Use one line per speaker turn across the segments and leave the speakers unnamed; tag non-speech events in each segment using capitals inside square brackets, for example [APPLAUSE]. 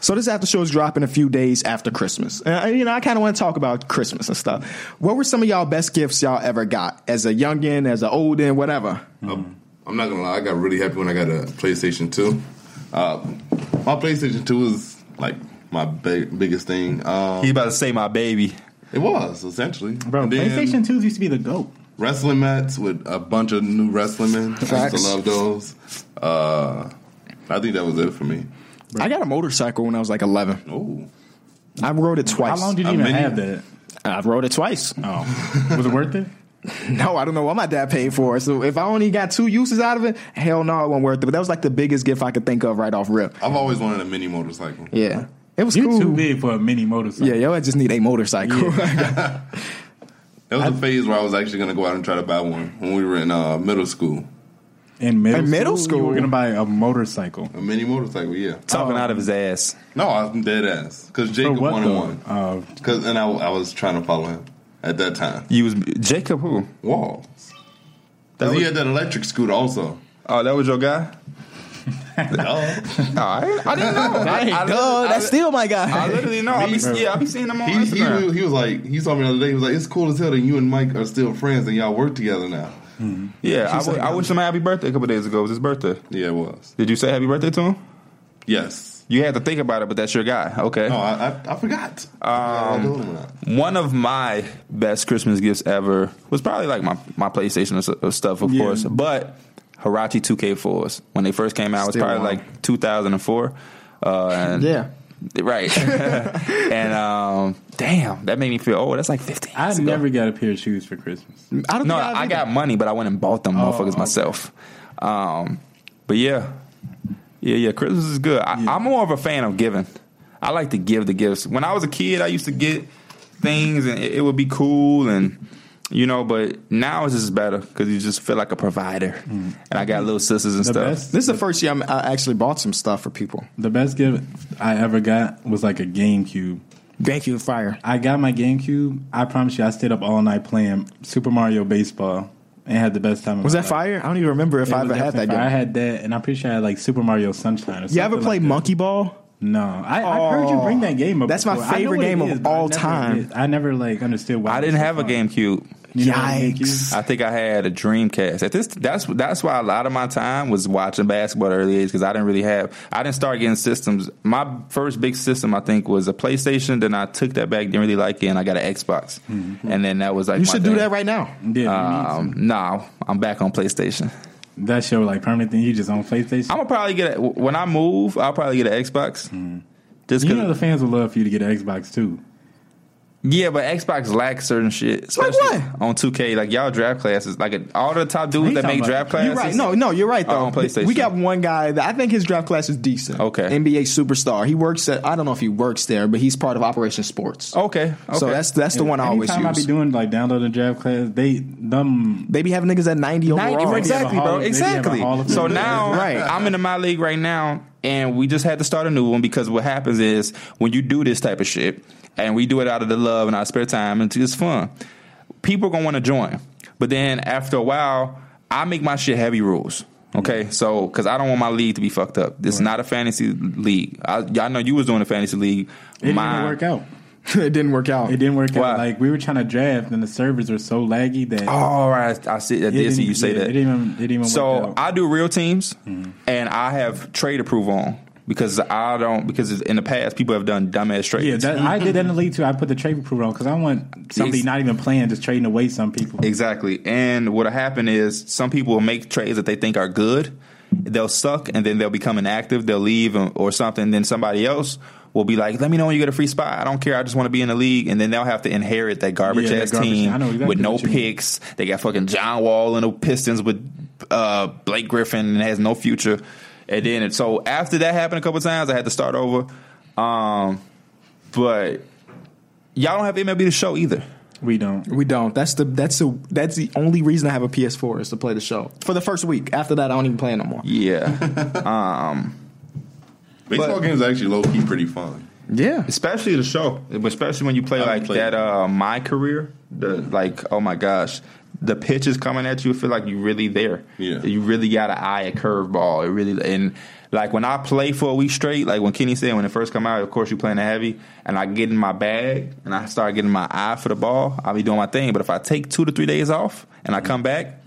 So this after show is dropping a few days after Christmas. And I, you know, I kind of want to talk about Christmas and stuff. What were some of y'all best gifts y'all ever got as a youngin, as an oldin, whatever?
I'm not gonna lie, I got really happy when I got a PlayStation 2. Uh, my PlayStation 2 was like my big, biggest thing. Um,
He about to say my baby.
it was essentially.
Bro,
And then
PlayStation 2s used to be the GOAT.
wrestling mats with a bunch of new wrestling men. I used
Facts.
to love those. Uh, I think that was it for me.
I got a motorcycle when I was like 11.
Oh,
I rode it twice.
How long did you
A
even
mini?
have that?
I rode it twice. [LAUGHS]
Oh. Was it worth it?
No, I don't know why my dad paid for it. So if I only got two uses out of it, hell no, it wasn't worth it. But that was like the biggest gift I could think of right off rip.
I've always wanted a mini motorcycle.
Yeah, it was
[LAUGHS] You're
cool.
too big for a mini motorcycle.
Yeah, yo, I just need a motorcycle. [LAUGHS]
There was a phase where I was actually gonna go out and try to buy one when we were in uh, middle school.
In middle,
In middle
you
school?
were gonna buy a motorcycle.
A mini motorcycle, yeah.
Talking out of his ass.
No, I'm dead ass because Jacob
what,
wanted
though? Uh,
one. Cause and I, I was trying to follow him at that time.
You was Jacob who?
Walls.
That
he
was-
had that electric scooter [LAUGHS] also.
Oh, that was your guy.
Oh.
All right, I didn't know. I, I,
Duh,
literally-
that's
I-
still my
I
guy.
literally know. I be, yeah, I be seeing him
[LAUGHS]
on
he, he,
Instagram.
was- he was like he saw me the other day. He was like, "It's cool as hell that you and Mike are still friends and y'all work together now."
yeah, I, w- I wished him a happy birthday a couple days ago. It was his birthday.
Yeah, it was.
Did you say happy birthday to him?
Yes.
You had to think about it, but that's your guy. Okay.
No, I I, I forgot. I told him that.
One of my best Christmas gifts ever was probably like my, my PlayStation or s- or stuff, of
Yeah.
course. But Hirachi 2K4s when they first came out it was
Still
probably
wow.
like 2004. Uh,
[LAUGHS]
and
Yeah.
right. [LAUGHS] and um, damn, that made me feel old. That's like 15.
I
years ago.
never got a pair of shoes for Christmas.
I don't
No,
think I've
I
either.
got money, but I went and bought them motherfuckers
Oh, okay.
myself. Um, but yeah, yeah, yeah. Christmas is good. I, I'm more of a fan of giving. I like to give the gifts. When I was a kid, I used to get things, and it, it would be cool, and you know. But now it's just better because you just feel like a provider. And I got little sisters and
Mm. The
stuff.
best,
This is the first year I'm, I actually bought some stuff for people.
the best gift I ever got was like a GameCube.
Thank you, fire.
I got my GameCube. I promise you, I stayed up all night playing Super Mario Baseball and had the best time. Of
Was
my
that
life.
fire? I don't even remember if
It
I
was
ever had
definitely
that
fire. I
game.
had that, and I'm pretty sure I had like Super Mario Sunshine. Or
You ever
something
play
like that.
Monkey Ball?
No, I, I've heard you
Oh,
bring that game up.
that's my
before. I know
favorite
what it
game of
but I
all
never
time.
did. I never like understood why.
I
it
didn't
was so
have a
fun.
GameCube.
You know what I mean,
Yikes.
GameCube?
I think I had a Dreamcast. At this, that's that's why a lot of my time was watching basketball at an early age because I didn't really have. I didn't start getting systems. My first big system, I think, was a PlayStation. Then I took that back, didn't really like it, and I got an Xbox. And then that was like
Mm-hmm. You
my
should
thing.
do that right now.
Yeah, you need
Um, nah, I'm back on PlayStation.
to. that's your like permanent thing. You just on PlayStation.
I'm gonna probably get a, when I move. I'll probably get an Xbox.
Mm.
Just
you
'cause-
know the fans would love for you to get an Xbox too.
yeah, but Xbox lacks certain shit.
Like
especially
what?
On 2K, like y'all draft classes, like all the top dudes
He's
that
talking
make
about-
draft classes.
You're right. No, no, you're right
Oh,
though.
On PlayStation.
We got one guy that I think his draft class is decent.
Okay.
NBA superstar. He works at I don't know if he works there, but he's part of Operation Sports.
Okay, okay.
So that's that's the one I always
Anytime
use.
I be doing like downloading draft class, they them
they be having niggas at 90
Right,
overall.
exactly,
Hall
bro.
of- they have a
Exactly.
Hall of
So
Fame. [LAUGHS]
now
Right.
I'm in my league right now, and we just had to start a new one because what happens is when you do this type of shit, and we do it out of the love and our spare time, and it's fun. People gonna want to join, but then after a while, I make my shit heavy rules. Okay,
Mm.
so because I don't want my league to be fucked up. This is not a fantasy league. I, I know you was doing a fantasy league.
it
Mine-
didn't work out.
[LAUGHS] it didn't work out.
It didn't work
Why?
out. Like we were trying to draft, and the servers were so laggy that
Oh,
All right, Oh, I see. I
it
did see
didn't-
you say
yeah,
that.
It didn't even, it didn't even work
So
out. Mm-hmm.
I do real teams, and I have trade approval on because I don't because in the past people have done dumbass trades.
yeah, that, I did that in the league too. I put the trade approval on because I want somebody
Ex-
not even playing, just trading away some people.
exactly. And what'll happen is some people will make trades that they think are good. They'll suck, and then they'll become inactive. They'll leave and- or something. Then somebody else will be like, "Let me know when you get a free spot. I don't care. I just want to be in the league." And then they'll have to inherit that garbage
Yeah, that
ass
garbage-
team
I know exactly
with no
what you mean.
picks. They got fucking John Wall and the Pistons with uh, Blake Griffin and has no future. And then so after that happened a couple times, I had to start over. Um, but y'all don't have MLB the show either.
We don't.
We don't. That's the that's the that's the only reason I have a PS4 is to play the show for the first week. After that, I don't even play no more.
[LAUGHS] Yeah.
Baseball games are actually low key pretty fun.
Yeah,
especially the show, especially when you play
I
like
play
that.
it.
Uh, my career, the like, oh my gosh, the pitch is coming at you, feel like you really there.
Yeah.
You really got to eye a curveball. It really and like when I play for a week straight, like when Kenny said when it first come out, of course you playing the heavy, and I get in my bag and I start getting my eye for the ball. I'll be doing my thing. But if I take two to three days off and I come back,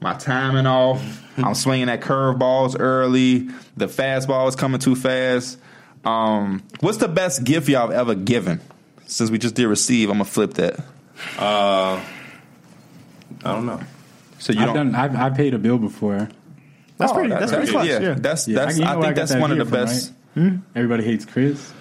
my timing off.
[LAUGHS]
I'm swinging at curveballs early. The fastball is coming too fast. Um, what's the best gift y'all have ever given? Since we just did receive, I'm gonna flip that.
I don't know.
So you
I've
don't.
done. I've, I paid a bill before.
That's
Oh,
pretty.
that-
That's pretty close. Yeah.
Yeah, that's
Yeah,
that's.
you know
I
where
think
got
that's
that
one of the
beer from,
best.
right? Everybody hates Chris.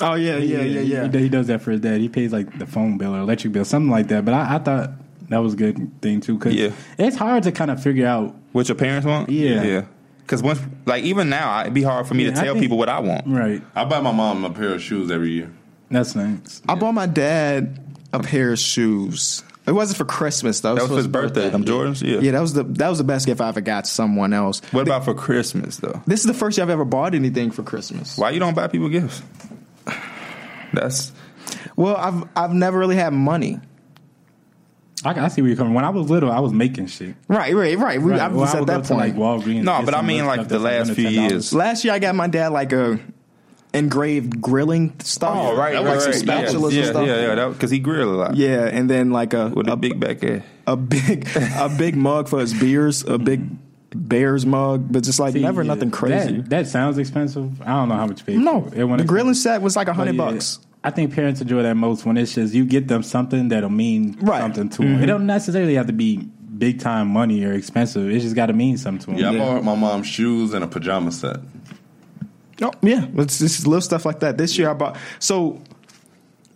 Oh yeah, yeah, yeah,
he-
yeah.
He, he does that for his dad. He pays like the phone bill or electric bill, something like that. But I, I thought that was a good thing too, because
Yeah.
it's hard to kind of figure out.
What your parents want?
Yeah.
yeah. Because once, like even now, I- it'd be hard for me to
Yeah, I
tell
think- Mm.
people what I want.
Right.
I buy my mom a pair of shoes every year.
That's nice.
I bought my dad a pair of shoes. It wasn't for Christmas though. It
That was
for
for his birthday. Them Jordans. Yeah.
Yeah, that was the that was the best gift I ever got to someone else.
What about for Christmas though?
This is the first year I've ever bought anything for Christmas.
Why you don't buy people gifts? That's
Well, I've I've never really had money.
I, I see where you're coming. When I was little, I was making shit.
Right, right, right. We,
Right.
I
Well,
was
I
at
would
that
go to,
point.
like Walgreens. and
No,
get
but I
some
mean,
little
like,
stuff
the
that's, like,
last
under
few
$10.
years.
Last year I got my dad like a engraved grilling stuff.
oh right,
like
right,
some
right.
spatulas
yeah,
and stuff.
yeah, yeah, yeah. Because he grilled a lot.
Yeah, and then like a
with a
a
big back ass.
a big a big mug for his beers, a big Bears mug, but just like
See,
never
yeah,
nothing crazy.
That, that sounds expensive. I don't know how much you paid.
no,
for it. It went
the
expensive.
grilling set was like a
But
hundred
Oh, yeah,
bucks.
I think parents enjoy that most when it's just you get them something that'll mean
Right.
something to
Mm-hmm.
them. It don't necessarily have to be big time money or expensive. It just got to mean something to
Yeah, Mm-hmm.
them.
I bought my mom shoes and a pajama set.
Oh, yeah, it's just little stuff like that. This year I bought so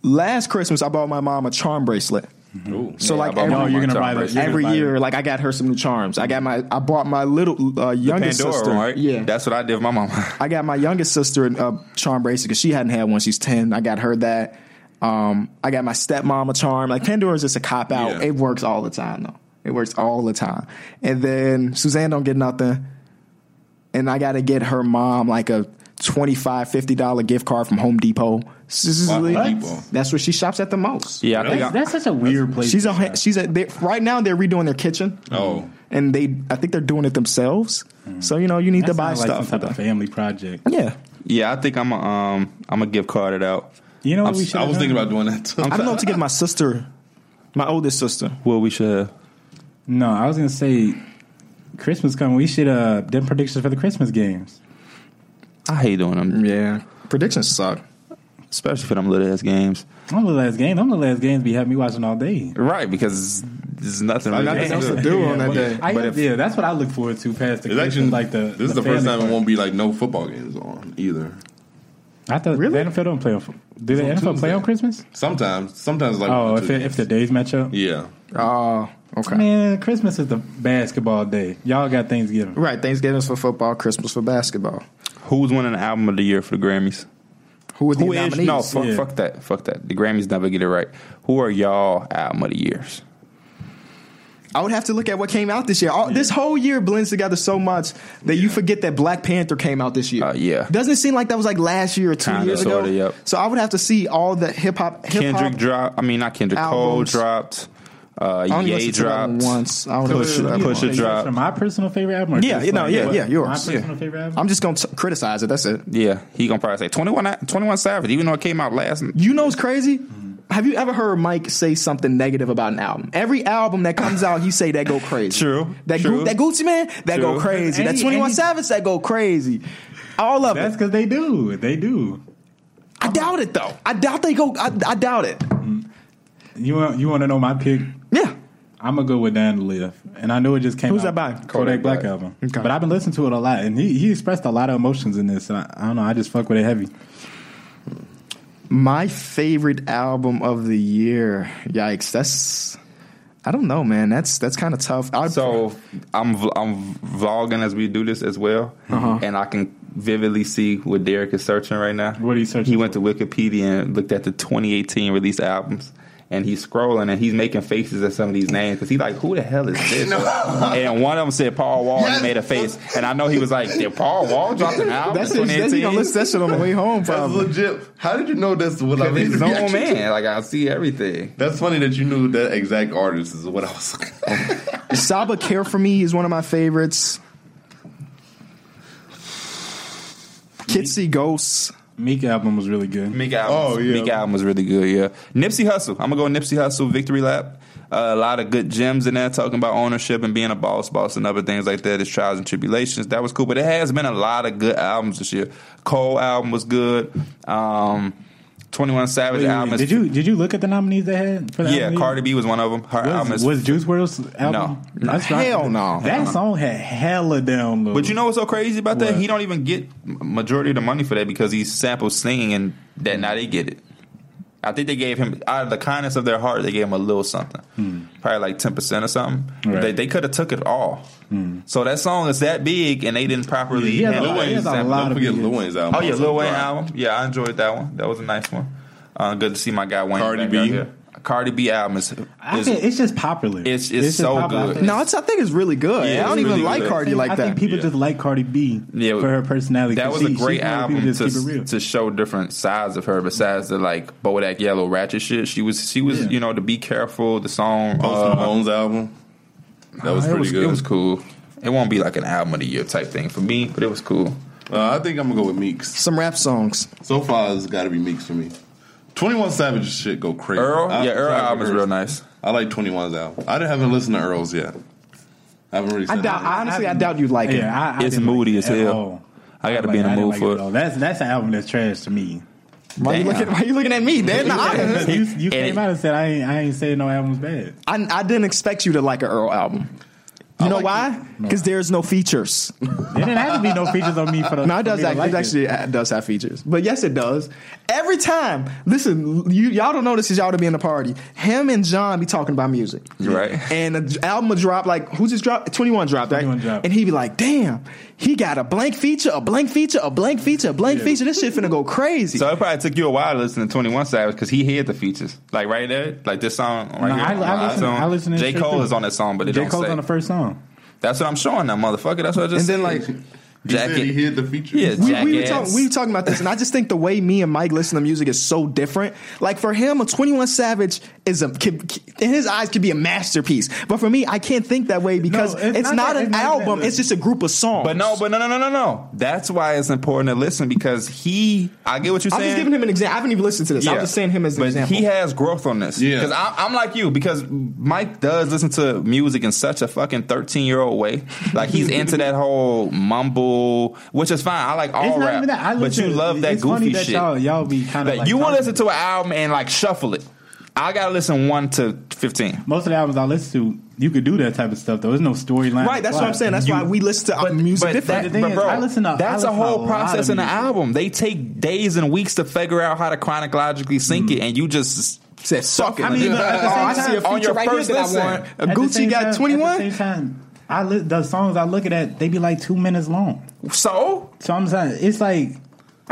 last Christmas I bought my mom a charm bracelet.
Ooh.
So
Yeah, I
like
bought
every,
my
No, you're
mom
gonna
some
buy
bracelets.
that. You're
every
gonna buy
year, like I got her some new charms. I got my I bought my little uh, youngest
Pandora,
sister.
right?
Yeah,
that's what I did. with My mom.
I got my youngest sister a charm bracelet because she hadn't had one. She's ten. I got her that. Um, I got my stepmom a charm. Like Pandora is just a cop out.
Yeah.
It works all the time though. It works all the time. And then Suzanne don't get nothing. And I got to get her mom like a $25, $50 gift card from Home Depot. This is-
Wow, Home Depot.
That's where she shops at the most.
[LAUGHS] yeah, I think
That's,
I,
that's such a weird place.
She's
to
on. She's at. They, right now, they're redoing their kitchen,
Oh,
and they. I think they're doing it themselves. So you know, you need
That
to buy
sounds Mm. like
stuff.
Some type of family project.
yeah,
yeah, I think I'm a, um I'm gonna gift card it out.
You know what
I'm
we
s-
should.
I was
have
thinking
done?
about doing that too.
I don't know what to give my sister, my oldest sister.
Well, we should. have-
No, I was gonna say Christmas coming. We should uh them predictions for the Christmas games.
I hate doing them,
Yeah, predictions suck.
especially for them little ass games.
I'm the last game. I'm the last games. Be having me watching all day.
Right, because there's nothing. Really
nothing
to
else
do.
to do on that
but
day.
I,
But if-
yeah, that's what I look forward to past the
It's
Christmas,
actually
like the.
this is the first
family
time
part.
it won't be like no football games on either.
I thought
Really?
the NFL don't play on. Do the
on
NFL play
Tuesday.
on Christmas?
Sometimes, sometimes like
Oh,
one or
if
two
it, if the
games.
days match up.
yeah,
Ah,
Oh, okay.
Man, Christmas is the basketball day. Y'all got Thanksgiving.
Right, Thanksgiving's for football, Christmas for basketball.
Who's winning the album of the year for the Grammys?
Who are the
Who is
nominees?
no? Fuck,
Yeah.
fuck that. Fuck that. The Grammys never get it right. Who are y'all album of the years?
I would have to look at what came out this year. All, This whole year blends together so much that you forget that Black Panther came out this year.
Uh, yeah.
doesn't it seem like that was like last year or 2
Kinda,
years
sorta,
ago.
yep.
So I would have to see all the hip hop.
Kendrick dropped. I mean, not Kendrick. Cole
Albums.
dropped. Uh,
only
Ye
listened to that
dropped.
once. I only
Push,
listened to that
push
one.
it
Is that
drop.
from my personal favorite album. or
Yeah,
just
you know, yeah,
what-
yeah, yours.
My
Yeah.
personal favorite album.
I'm just gonna t- criticize it. That's it.
Yeah, he gonna probably say 21, na- 21 Savage, even though it came out last.
You know what's crazy?
Mm-hmm.
Have you ever heard Mike say something negative about an album? Every album that comes out, he say that go crazy.
True,
That
true.
Gu- that Gucci man, that go
True.
crazy.
And
that
he-
Twenty One
and he-
Savage, that go crazy. All of
That's
it.
because they do. They do.
I doubt it though. I doubt they go. I, I doubt it.
Mm-hmm.
You want you want to know my pick?
Yeah.
I'm gonna go with Down to Live, and I know it just came.
Who's that
out,
by?
Kodak,
Kodak
Black
Black.
album.
Okay.
But I've been listening to it a lot, and he, he expressed a lot of emotions in this. And I, I don't know. I just fuck with it heavy.
My favorite album of the year. Yikes. That's. I don't know, man. That's that's kind of tough. I'd,
So I'm vl- I'm vlogging as we do this as well, and I can vividly see what Derek is searching right now.
What are you searching
He went to Wikipedia and looked at the 2018 released albums, and he's scrolling and he's making faces at some of these names because he's like, "Who the hell
[LAUGHS]
is this?" And one of them said Paul Wall. and He made a face, and I know he was like, "Did Paul Wall drop
[LAUGHS]
an album?"
That's
in
it. Then you gonna
2018?"
listen to that shit on the way home,
That's
probably.
legit. How did you know that's what I
Um, Because
mean?
he's his own man. Like I see everything.
[LAUGHS] That's funny that you knew that exact artist is what I was.
Saba Care for Me is one of my favorites. Kitsy Ghosts.
Meek album was really good.
Meek album.
Oh, yeah.
Meek album was really good. Yeah. Nipsey Hustle. I'm gonna go Nipsey Hustle. Victory lap. Uh, a lot of good gems in there, talking about ownership and being a boss, boss, and other things like that. His trials and tribulations. That was cool. But it has been a lot of good albums this year. Cole album was good. Um, Twenty One Savage
Wait, wait,
album.
wait.
Is,
Did you did you look at the nominees they had for that?
yeah, Cardi B was one of them. Her album
Was,
is.
was Juice WRLD's album?
No. No,
not-
hell no.
That song had hella downloads.
but you know what's so crazy about that?
What?
He don't even get m- majority of the money for that because he samples singing and that now they get it. I think they gave him out of the kindness of their heart, they gave him a little something, probably like ten percent or something.
Hmm. Right. Hmm.
They, they could have took it all. So that song is that big, and they didn't properly.
Yeah,
[LAUGHS]
handle
Lil
it.
Wayne has a
Sample-
lot
Don't
of
forget
beats.
Lil Wayne's album.
Oh yeah,
also
Lil Wayne
dropped.
album. Yeah, I enjoyed that one. That was a nice one. Uh, good to see my guy Wayne.
Cardi
back
B.
out here. Cardi B album is,
I
is-
think it's just popular.
It's- it's
just
so
popular.
good.
I think-
No, it's, I think it's really good.
Yeah,
I don't
it's
even
really
like
good.
Cardi like
I
that.
think people
Yeah.
just like Cardi B
Yeah,
for her personality.
That
'cause
was
she-
a great
she's one of the
album
people
to,
that keep it real.
to show different sides of her besides the like Bodak Yellow ratchet shit. She was she was
Yeah.
you know to be careful. The song
Post
uh,
Malone's album. That was
it
pretty good.
It was cool. It won't be like an album of the year type thing for me, but it was cool.
Uh, I think I'm gonna go with Meeks.
Some rap songs.
So far, it's got to be Meeks for me. Twenty One Savage shit go crazy.
Earl,
I-
yeah, Earl
I-
album is real nice.
I like 21's album. I didn't- haven't listened to Earl's yet. I haven't really.
I
sat
doubt.
down.
I honestly, I doubt you like it.
Yeah, I, I
It's
didn't
moody
like it
as
at
hell.
all.
I got to
Like,
be in the
I didn't
mood
like it
for
at all.
it.
That's that's an album that's trash to me.
Why you,
Damn.
looking, why you looking at me, Dan? Nah, I,
you you
[LAUGHS] And
came
it-
out and said I ain't I ain't saying no album's bad.
[LAUGHS] I, I didn't expect you to like an Earl album. You know why? Because there's no features.
There didn't have to be no features on me for the.
No, it
for
does
me to
actually,
like
it actually does have features. But yes, it does. Every time, listen, you, y'all don't know this is y'all to be in the party. Him and John be talking about music.
You're right.
And the album would drop, like, who's just dropped? 21 dropped, right?
21 dropped.
And he'd be like, damn, he got a blank feature, a blank feature, a blank feature, a blank feature. This shit finna go crazy.
[LAUGHS] So it probably took you a while to listen to Twenty One Savage because he had the features like right there, like this song right
No,
here.
I-
on
I
the
listen-
iPhone.
I listen to
J
it straight
Cole
through.
is on that song, but it
J
don't
Cole's
say.
on the first song.
That's what I'm showing that motherfucker. That's what I just
and
said.
then, like,
He said
jacket.
he hid the feature.
Yeah,
we, we, were
Jackass.
talking, we were talking about this, and I just think the way me and Mike listen to music is so different. Like for him, a Twenty One Savage is a could, in his eyes could be a masterpiece, but for me, I can't think that way because
it's
it's,
not
not,
that-
an
it's not that
album;
good.
it's just a group of songs.
But no, but no, no, no, no, no. That's why it's important to listen because he. I get what you're
I'm
saying.
just giving him an example. I haven't even listened to this. I'm
Yeah.
just saying him as an
but
example.
He has growth on this.
Yeah.
Because I'm like you, because Mike does listen to music in such a fucking 13 year old way. Like he's into that whole mumble, which is fine. I like all
It's not
rap.
even that. I
but
listen-
you love that
it's
goofy
funny that
shit.
Y'all, y'all be kind of
Like,
like
you want to
toxic.
listen to an album and like shuffle it. I gotta listen one to fifteen.
most of the albums I listen to, you could do that type of stuff though. There's no storyline.
right, that's what I'm saying. That's why we listen to uh, music
But,
different.
that- the thing is, I listen to- I
that's
listen
a
to a
whole
lot
process
of
in an
music.
album. They take days and weeks to figure out how to chronologically sync it, and you just
Said, "Fuck it."
Mm. I mean, but at the
oh, I
same
see a
time-
on your
feature right here
first
that I
listen.
want. A
At the
Uh, Gucci
same time-
got
at the
21.
same time, I li- the songs I look at that they be like two minutes long.
so
So I'm saying it's like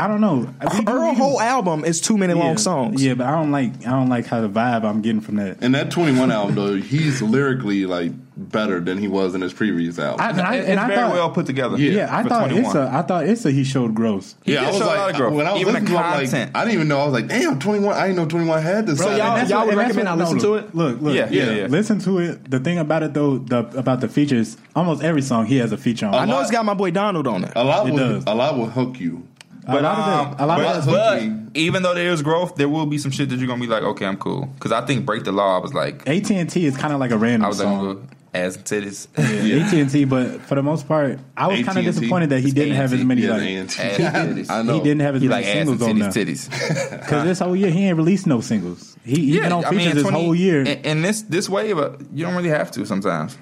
I don't know. We do- we
Earl
do-
whole album is two minute
yeah,
long songs.
Yeah, but I don't like I don't like how the vibe I'm getting from that.
And that 21 album though, he's lyrically like better than he was in his previous album.
I, and I,
it's
and I
very
thought,
well put together.
Yeah,
yeah, I
for
thought
21.
it's a I thought it's a he showed growth.
did show a lot of growth,
when I was
even the
listening to him, like,
content.
I didn't even know. I was like, damn, 21. I didn't know 21 had this.
Bro,
side.
y'all-
And that's-
that's
y'all would
and that's
recommend I
no,
listen
look,
to it?
Look, look,
Yeah, yeah,
look,
yeah.
Listen to it. The thing about it though, the about the features, almost every song he has a feature on.
I know
lot-
it's got my boy Donald on it.
a lot
It
will
does.
a lot will hook you.
a lot of that, a lot
um,
Um,
but,
of that,
but
hooking.
even though there is growth, there will be some shit that you're gonna be like, okay, I'm cool. Because I think Break the Law, I was like,
AT and T is kind of like a random
I was like,
song.
oh, ass and titties,
AT and T, but for the most part, I was kind of
AT&T.
disappointed that he didn't have as many
Yeah,
like
and
[LAUGHS] ass
[LAUGHS]
and titties.
I know.
he didn't have as
He
many
like ass and
singles on
titties,
there
titties.
because this whole year he ain't released no singles. He even on features this
20
whole year.
And, and this this wave, uh, you don't really have to sometimes.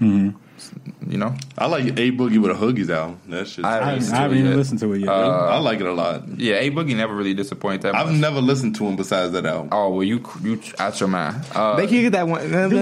You know,
I like A Boogie with a Hoogies album. That shit.
I-
I, haven't-
listened
I
to
haven't
it
even
yet.
listened to it yet.
I like it a lot.
yeah, A Boogie never really disappoints that
I've
much.
never listened to him besides that album.
oh well, you you out your mind. Uh,
They can get that one.
Dude, that's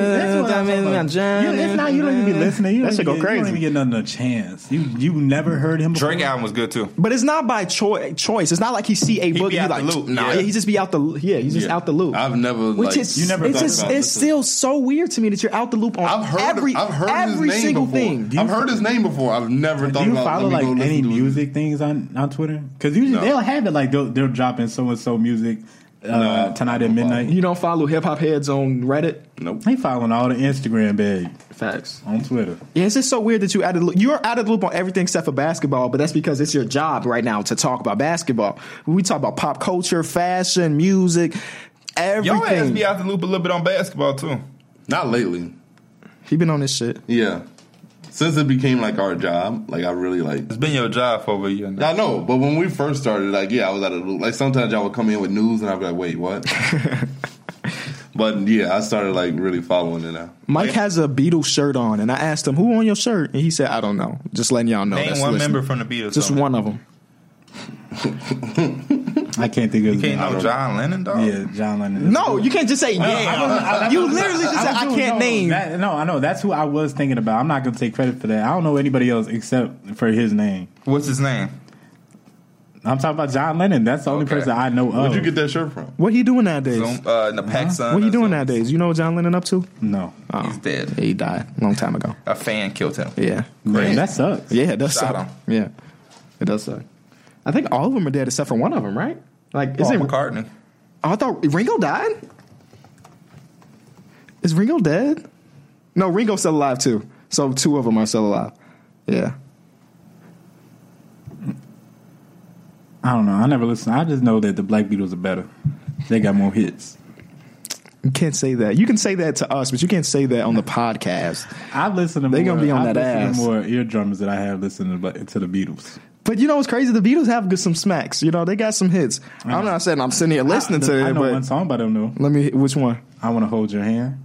what I'm talking about. You- it's not- you don't even be listening. You
That
don't
shit
even
go
get- You
crazy.
don't even get nothing a chance. You you never heard him. Before.
Drake album was good too.
But it's not by choi- choice. It's not like he see a
be
boogie. He
out the
like,
loop,
nah,
yeah.
he just be out the yeah. He's just
Yeah.
out the loop.
I've never
Which
like
is
You never
it's
thought
just,
about
it's
this.
still so weird to me that you're out the loop on
I've heard
every
I've heard
every
his name
single
before.
thing.
I've heard his name before. I've never
Do
thought
you
about
follow
let
like
me go
any
listen to it.
music things on on Twitter? Because usually
No.
they'll have it like they'll, they're dropping so and so music uh, tonight at midnight.
You don't follow hip hop heads on Reddit.
Nope.
They following all the Instagram bag
Facts.
on Twitter.
Yeah, it's just so weird that you added. You're out of the loop on everything except for basketball, but that's because it's your job right now to talk about basketball. We talk about pop culture, fashion, music,
Your ass
everything.
be out the loop a little bit on basketball too.
Not lately.
He been on this shit.
Yeah. Since it became like our job, like I really like.
It's been your job for over a year now.
I know, but when we first started, like yeah, I was out of the loop. Like sometimes y'all would come in with news, and I'd be like, wait, [LAUGHS] what? but yeah, I started like really following it now.
Mike has a Beatles shirt on, and I asked him, "Who on your shirt?" And he said, "I don't know." Just letting y'all know.
Name
that's
one
listening.
member from the Beatles.
Just
though.
one of them.
I can't think of his
Can't
name.
know John Lennon, dog.
Yeah, John Lennon.
No, you can't just say
Uh,
yeah. You literally just
I
said
was
I
doing-
can't
no,
name.
that- no, I know. That's who I was thinking about. I'm not going to take credit for that. I don't know anybody else except for his name.
What's his name?
I'm talking about John Lennon. That's the only
Okay.
person I know of.
Where'd you get that shirt from?
What he doing nowadays?
Zoom, uh, the Pac Sun.
What he
or
doing
something.
nowadays? You know what John Lennon up to?
No.
He's dead.
He died a long time ago.
A fan killed him.
Yeah,
Man, that sucks.
yeah, it does
Shot
suck.
him.
Yeah, it does suck. I think all of them are dead except for one of them, right? Like,
Paul
isn't
McCartney.
I thought Ringo died. Is Ringo dead? No, Ringo's still alive too. So two of them are still alive. Yeah.
I don't know. I never listen. I just know that the Black Beatles are better. They got more hits.
You can't say that. You can say that to us, but you can't say that on the podcast.
I've listened to
They
more,
gonna be on
I've
that
listened to
ass.
more eardrums than I have listened to, Bla- to the Beatles.
But you know what's crazy? The Beatles have good, some smacks. You know, they got some hits. I'm not saying I'm sitting here listening
I,
to
I
it,
know
but
one song by them though.
let me. Which one?
I want to hold your hand.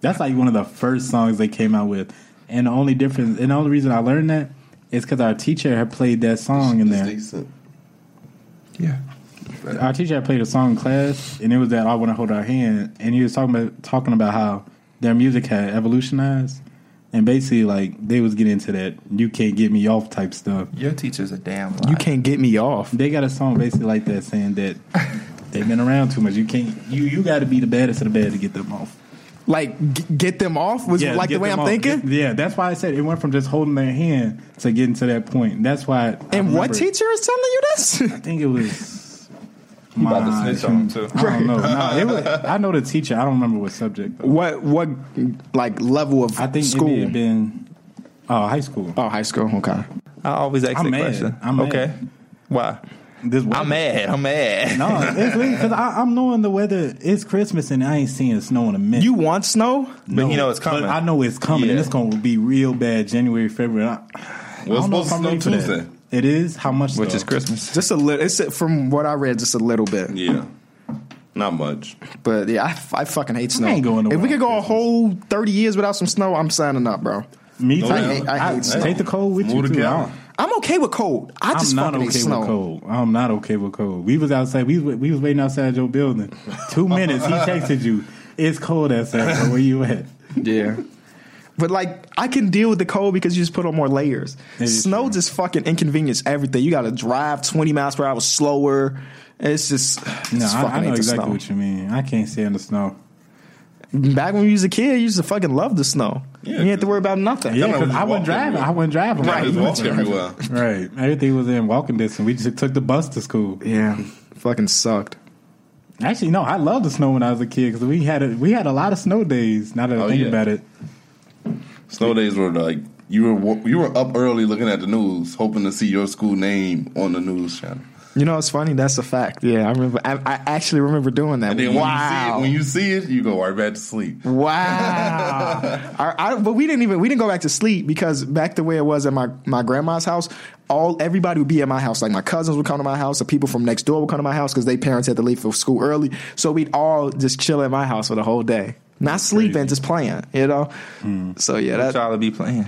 That's like one of the first songs they came out with, and the only difference, and the only reason I learned that is because our teacher had played that song in
It's
there.
decent.
Yeah.
Our teacher had played a song in class, and it was that I want to hold our hand, and he was talking about talking about how their music had evolutionized, and basically like they was getting into that you can't get me off type stuff.
Your teacher's a damn lie.
You can't get me off.
They got a song basically like that saying that [LAUGHS] they've been around too much. You can't you you got to be the baddest of the bad to get them off.
Like g- get them off was
Yeah,
like the
get
way
them
I'm
off.
thinking.
Yeah, that's why I said it went from just holding their hand to getting to that point. That's why. I
And what
remember-
teacher is telling you this?
I think it was.
about to
my-
snitch on him, too.
I
[LAUGHS]
don't know. No, it was, I know the teacher. I don't remember [LAUGHS] what subject. Though.
what what like level of
I think it may
school?
have been oh high school.
oh, high school. Okay.
I always ask
I'm
that
mad.
question.
I'm
okay.
mad.
Why?
This weather-
I'm mad. I'm mad.
No, it's because I'm knowing the weather. It's Christmas and I ain't seeing snow in a minute.
You want snow?
But you know it's coming.
I know it's coming.
Yeah.
And it's going to be real bad January, February. I,
Well, it's
I don't know
supposed
if I'm
to
ready
snow
for that.
Tuesday.
It is how much,
Which
though?
is Christmas.
Just a little. It's from what I read, just a little bit.
Yeah, not much.
But yeah, I, f- I fucking hate snow.
ain't going
if
nowhere
we could
on
go a
Christmas.
whole thirty years without some snow, I'm signing up, bro.
Me too.
I hate-
I hate snow.
Take the cold with
Move
you
to
too. I
Cali.
don't-
I'm okay with cold. I just
I'm not
fucking
okay
hate
with
snow.
cold. I'm not okay with cold. We was outside. We was, we was waiting outside your building. Two minutes. He texted you. It's cold outside. Bro. Where you at?
Yeah. But like I can deal with the cold because you just put on more layers.
is
Snow just fucking inconvenience everything. You got to drive twenty miles per hour slower. It's just
No,
it's
I,
fucking
I know
hate the
exactly
snow.
what you mean. I can't stand the snow.
Back when you was a kid, you used to fucking love the snow.
Yeah,
you didn't have to worry about nothing.
Tell
Yeah,
me
'cause
we
I
walked
wasn't driving.
everywhere.
I wasn't driving.
I
Right.
just walked everywhere.
[LAUGHS] right. Everything was in walking distance. We just took the bus to school.
Yeah, fucking sucked.
Actually, no. I loved the snow when I was a kid because we had a, we had a lot of snow days. Now that I
Oh,
think
yeah.
about it,
Snow days were like you were wa- you were up early looking at the news, hoping to see your school name on the news channel.
You know, it's funny. That's a fact. Yeah, I remember. I, I actually remember doing that.
And then
wow.
when you see it, when you see it, you go right back to sleep. [LAUGHS]
Wow. Our- I, but we didn't even we didn't go back to sleep because back the way it was at my, my grandma's house, all everybody would be at my house. Like my cousins would come to my house, the people from next door would come to my house because their parents had to leave for school early. So we'd all just chill at my house for the whole day. Not sleeping, just playing, you know?
Hmm.
So yeah,
What
that,
y'all be playing?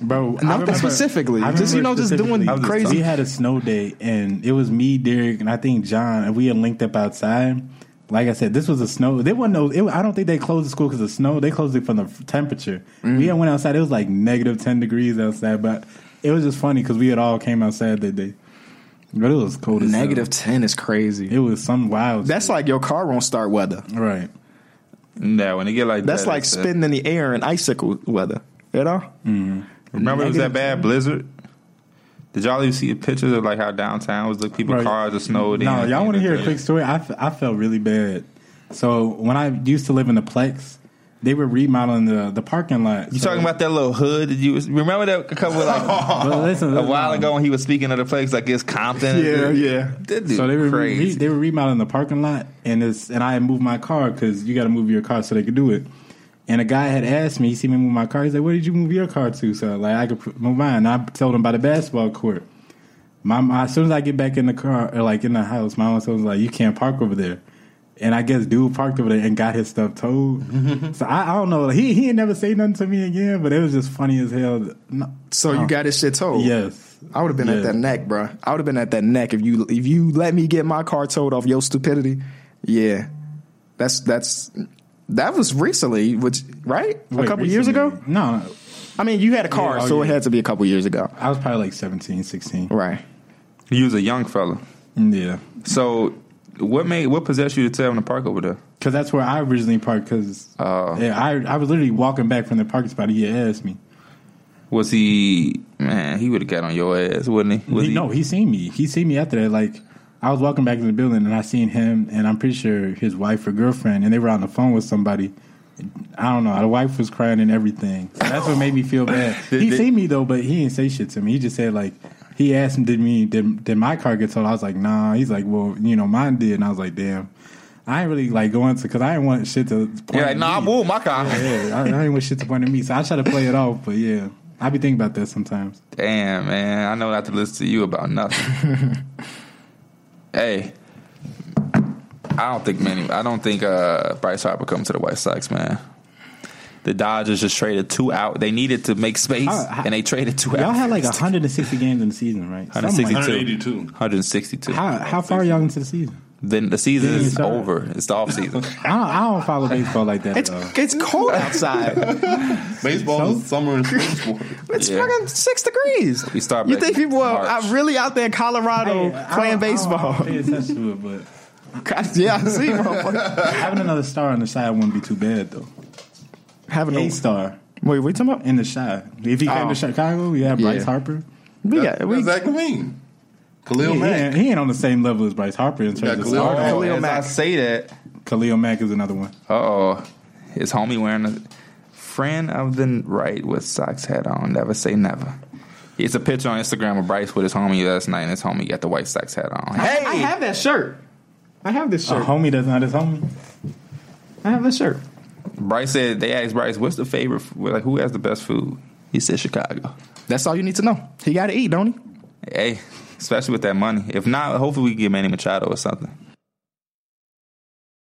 bro. I
Not that
remember-
specifically.
I
Just, you
remember
know, just doing
specifically,
crazy-
We had a snow day, and it was me, Derek, and I think John, and we had linked up outside. Like I said, this was a snow. They wasn't no. It, I don't think they closed the school because of snow. They closed it from the f- temperature.
Mm-hmm.
We had went outside. It was like negative ten degrees outside, but it was just funny because we had all came outside that day. But it was cold. As hell.
negative 10 is crazy.
It was some wild.
That's like your car won't start weather.
right.
Nah, when it get like
That's
that,
like
it's, uh,
spinning in the air and icicle weather, you know?
Remember, it was
negative
that bad blizzard. Did y'all even see the pictures of like how downtown was? Look, people
Right.
cars are snowed in.
No, y'all want to hear a
Yeah.
quick story? I, f- I felt really bad. So when I used to live in the Plex, they were remodeling the, the parking lot.
You talking about that little hood? That you was- remember that a couple [LAUGHS] like
Well, listen,
a while ago when he was speaking of the place like it's Compton?
yeah.
That dude
So they were re-
crazy.
re- they were remodeling the parking lot, and it's and I had moved my car because you got to move your car so they could do it. And a guy had asked me, he seen me move my car. He's like, "Where did you move your car to?" So like I could pr- move mine. And I told him about the basketball court. My, my as soon as I get back in the car or like in the house, my mom was like, "You can't park over there." And I guess dude parked over there and got his stuff
Mm-hmm.
towed. so I, I don't know. He he ain't never say nothing to me again. But it was just funny as hell. No,
So you got his shit towed.
yes,
I would have been at
Oh. Yeah.
that neck, bro. I would have been at that neck if you if you let me get my car towed off your stupidity. Yeah, that's that's that was recently, which right
Wait,
a couple years
recently-
ago.
No, no,
I mean, you had a car,
Yeah, oh,
so it
yeah.
had to be a couple years ago,
I was probably like 17, 16.
right?
you was a young fella.
Yeah.
So what made what possessed you to tell him to park over there?
Because that's where I originally parked. Because yeah, I I was literally walking back from the parking spot. He had asked me.
Was he man? He would have got on your ass, wouldn't he? Was
He, No, he seen me. He seen me after that. Like I was walking back in the building, and I seen him, and I'm pretty sure his wife or girlfriend, and they were on the phone with somebody. I don't know. The wife was crying and everything. So that's what made me feel bad.
[LAUGHS]
he
did-
seen me though, but he didn't say shit to me. He just said like. He asked him, "Did me did, did my car get towed?" I was like, "Nah." He's like, "Well, you know, mine did," and I was like, "Damn, I ain't really like going to because I didn't want shit to." point
Yeah,
at
like, nah, I
me."
woo my car.
Yeah, I, I ain't with shit to point at me, so I try to play it off. But yeah, I be thinking about that sometimes.
Damn, man. I know not to listen to you about nothing.
[LAUGHS]
hey, I don't think many. I don't think uh, Bryce Harper come to the White Sox, man. The Dodgers just traded two out. They needed to make space,
How- how-
and they traded two
Y'all
out.
had like 160 games in the season, right? Something like
162.
that.
182.
162.
How how far y'all into the season?
Then the season
Didn't
is
start.
over. It's the off season.
I don't, I don't follow baseball like that.
It's
though.
it's cold
[LAUGHS]
outside.
Baseball
So-
is summer and spring sport.
It's
Yeah.
fucking six degrees.
We start
You
back
think
in
people are,
March.
are really out there in Colorado
Hey, I don't-
playing
I don't- I
baseball?
don't pay attention to it,
[LAUGHS]
but
God, yeah, I see. motherfucker.
having another star on the side wouldn't be too bad though.
Having
A
a
star
wait, we talking about?
in the shot. If he came
Oh.
to Chicago, we had Bryce
Yeah.
Harper.
We
That's
got we
exactly mean. Khalil
He, he
Mack.
ain't, he ain't on the same level as Bryce Harper in terms of
Khalil
star.
Oh,
Khalil
as I
Mack.
say that,
Khalil Mack is another one.
uh oh, his homie wearing a friend of the right with socks hat on. Never say never. It's a picture on Instagram of Bryce with his homie last night, and his homie got the White Sox hat on. Hey,
I have that shirt. I have this
A
shirt.
homie that's not his homie.
I have this shirt.
Bryce said they asked Bryce, "What's the favorite? f- Like, who has the best food?" He said Chicago.
That's all you need to know. Oh, He got to eat, don't he?
Hey, especially with that money. If not, hopefully we can get Manny Machado or something.